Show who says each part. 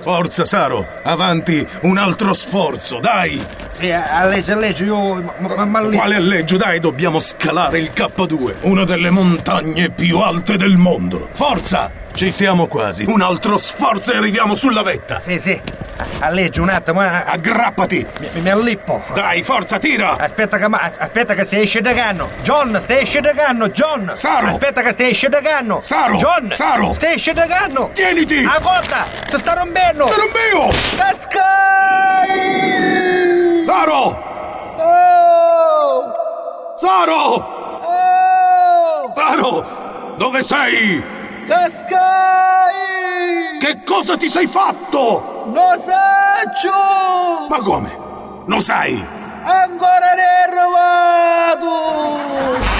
Speaker 1: Forza, Saro, avanti, un altro sforzo, dai!
Speaker 2: Sì, alleggio, alleggio, io... Ma, ma, ma lì-
Speaker 1: Quale alleggio, dai, dobbiamo scalare il K2, una delle montagne più alte del mondo. Forza! Ci siamo quasi, un altro sforzo e arriviamo sulla vetta.
Speaker 2: Sì, sì, a- alleggio un attimo, eh.
Speaker 1: Aggrappati!
Speaker 2: mi, mi- mi allippo.
Speaker 1: Dai, forza, tira!
Speaker 2: Aspetta che, ma- aspetta che si esce da canno. John, stai esce da canno, John.
Speaker 1: Saro!
Speaker 2: Aspetta che stai esce da canno.
Speaker 1: Saro!
Speaker 2: John.
Speaker 1: Saro!
Speaker 2: Stai esce da canno.
Speaker 1: Tieniti! Ah,
Speaker 2: A corda, si sta rompendo.
Speaker 1: Trombeo!
Speaker 2: Cascai!
Speaker 1: Saro!
Speaker 2: Oh!
Speaker 1: Saro!
Speaker 2: Oh!
Speaker 1: Saro! Dove sei?
Speaker 2: Cascai!
Speaker 1: Che cosa ti sei fatto?
Speaker 2: Nosaccio!
Speaker 1: Ma come? Lo sai?
Speaker 2: Ancora ne è arrivato!